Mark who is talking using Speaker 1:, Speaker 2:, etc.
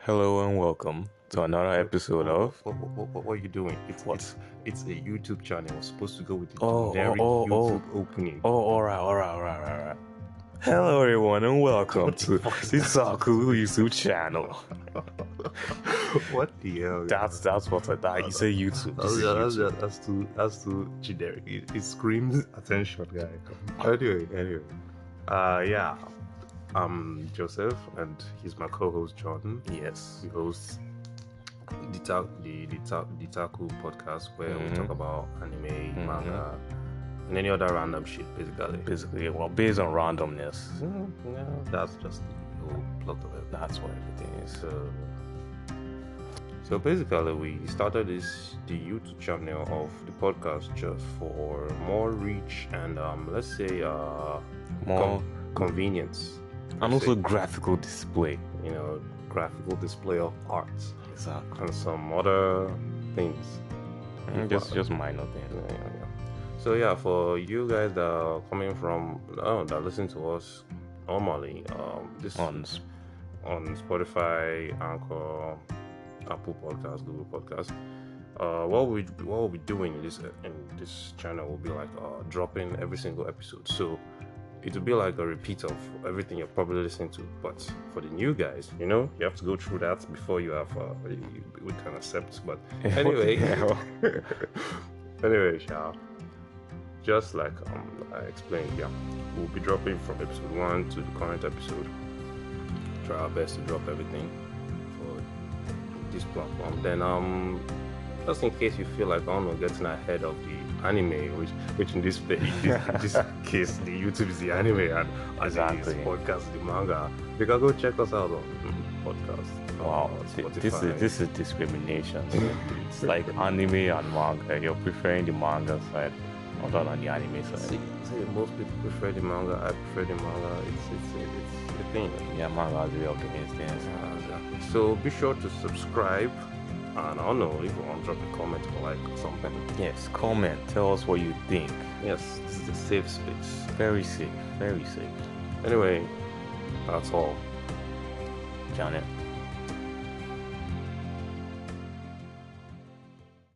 Speaker 1: Hello and welcome to another episode of.
Speaker 2: What, what, what, what, what are you doing? It's
Speaker 1: What?
Speaker 2: it's it's a YouTube channel. We're supposed to go with the
Speaker 1: Oh, oh,
Speaker 2: generic
Speaker 1: oh, oh.
Speaker 2: YouTube opening.
Speaker 1: Oh, alright, alright, alright, alright. alright. Hello everyone and welcome
Speaker 2: What
Speaker 1: to
Speaker 2: the fuck is
Speaker 1: the Sakulu YouTube channel.
Speaker 2: what the hell?
Speaker 1: That's that's what I thought. You say YouTube. This
Speaker 2: That's,
Speaker 1: is
Speaker 2: Oh, that's,
Speaker 1: YouTube.
Speaker 2: that's, that's too that's too generic. It, it screams attention, guy. Anyway, anyway, uh, yeah, I'm Joseph, and he's my co-host Jordan.
Speaker 1: Yes.
Speaker 2: We host the Ta- the the, Ta- the Taku podcast where
Speaker 1: Mhm.
Speaker 2: we talk about anime, manga, and any other random shit, basically.
Speaker 1: Basically, well, based on randomness,
Speaker 2: Mm, yeah, that's just the whole plot of it.
Speaker 1: that's what everything is.
Speaker 2: So, so basically, we started this the YouTube channel of the podcast just for more reach and um, let's say uh,
Speaker 1: More
Speaker 2: convenience
Speaker 1: and also graphical display.
Speaker 2: you know graphical display of art
Speaker 1: Exactly.
Speaker 2: and some other things.
Speaker 1: Mm, Just just minor things.
Speaker 2: Yeah, yeah, yeah. So yeah, for you guys that are coming from oh that listen to us normally, um, this
Speaker 1: On s-
Speaker 2: on Spotify, Anchor, Apple Podcasts, Google Podcasts. Uh, what we what we'll be doing in this in this channel will be like uh, dropping every single episode. So it'll be like a repeat of everything you're probably listening to. But for the new guys, you know, you have to go through that before you have uh, you, you- we can accept. But anyway, anyway, yeah. Just like um, I explained, yeah, we'll be dropping from episode one to the current episode try our best to drop everything for this platform. Then um just in case you feel like I don't know getting ahead of the anime, which which in this fa- in this, in this case the YouTube is the anime and and
Speaker 1: Exactly.
Speaker 2: the podcast is the manga. You can go check us out on mm, podcast.
Speaker 1: wow,
Speaker 2: on
Speaker 1: thi- this
Speaker 2: Spotify.
Speaker 1: is this is discrimination. it's like anime and manga. You're preferring the manga side, rather than the anime side.
Speaker 2: See, see, most people prefer the manga. I prefer the manga. It's it's it's the thing. uh,
Speaker 1: Yeah, manga is way of doing things.
Speaker 2: So be sure to subscribe, and I don't know if you want to drop a comment or like or something.
Speaker 1: Yes, comment. Tell us what you think.
Speaker 2: Yes, this is a safe space.
Speaker 1: Very safe. Very safe.
Speaker 2: Anyway, that's all.
Speaker 1: Janet.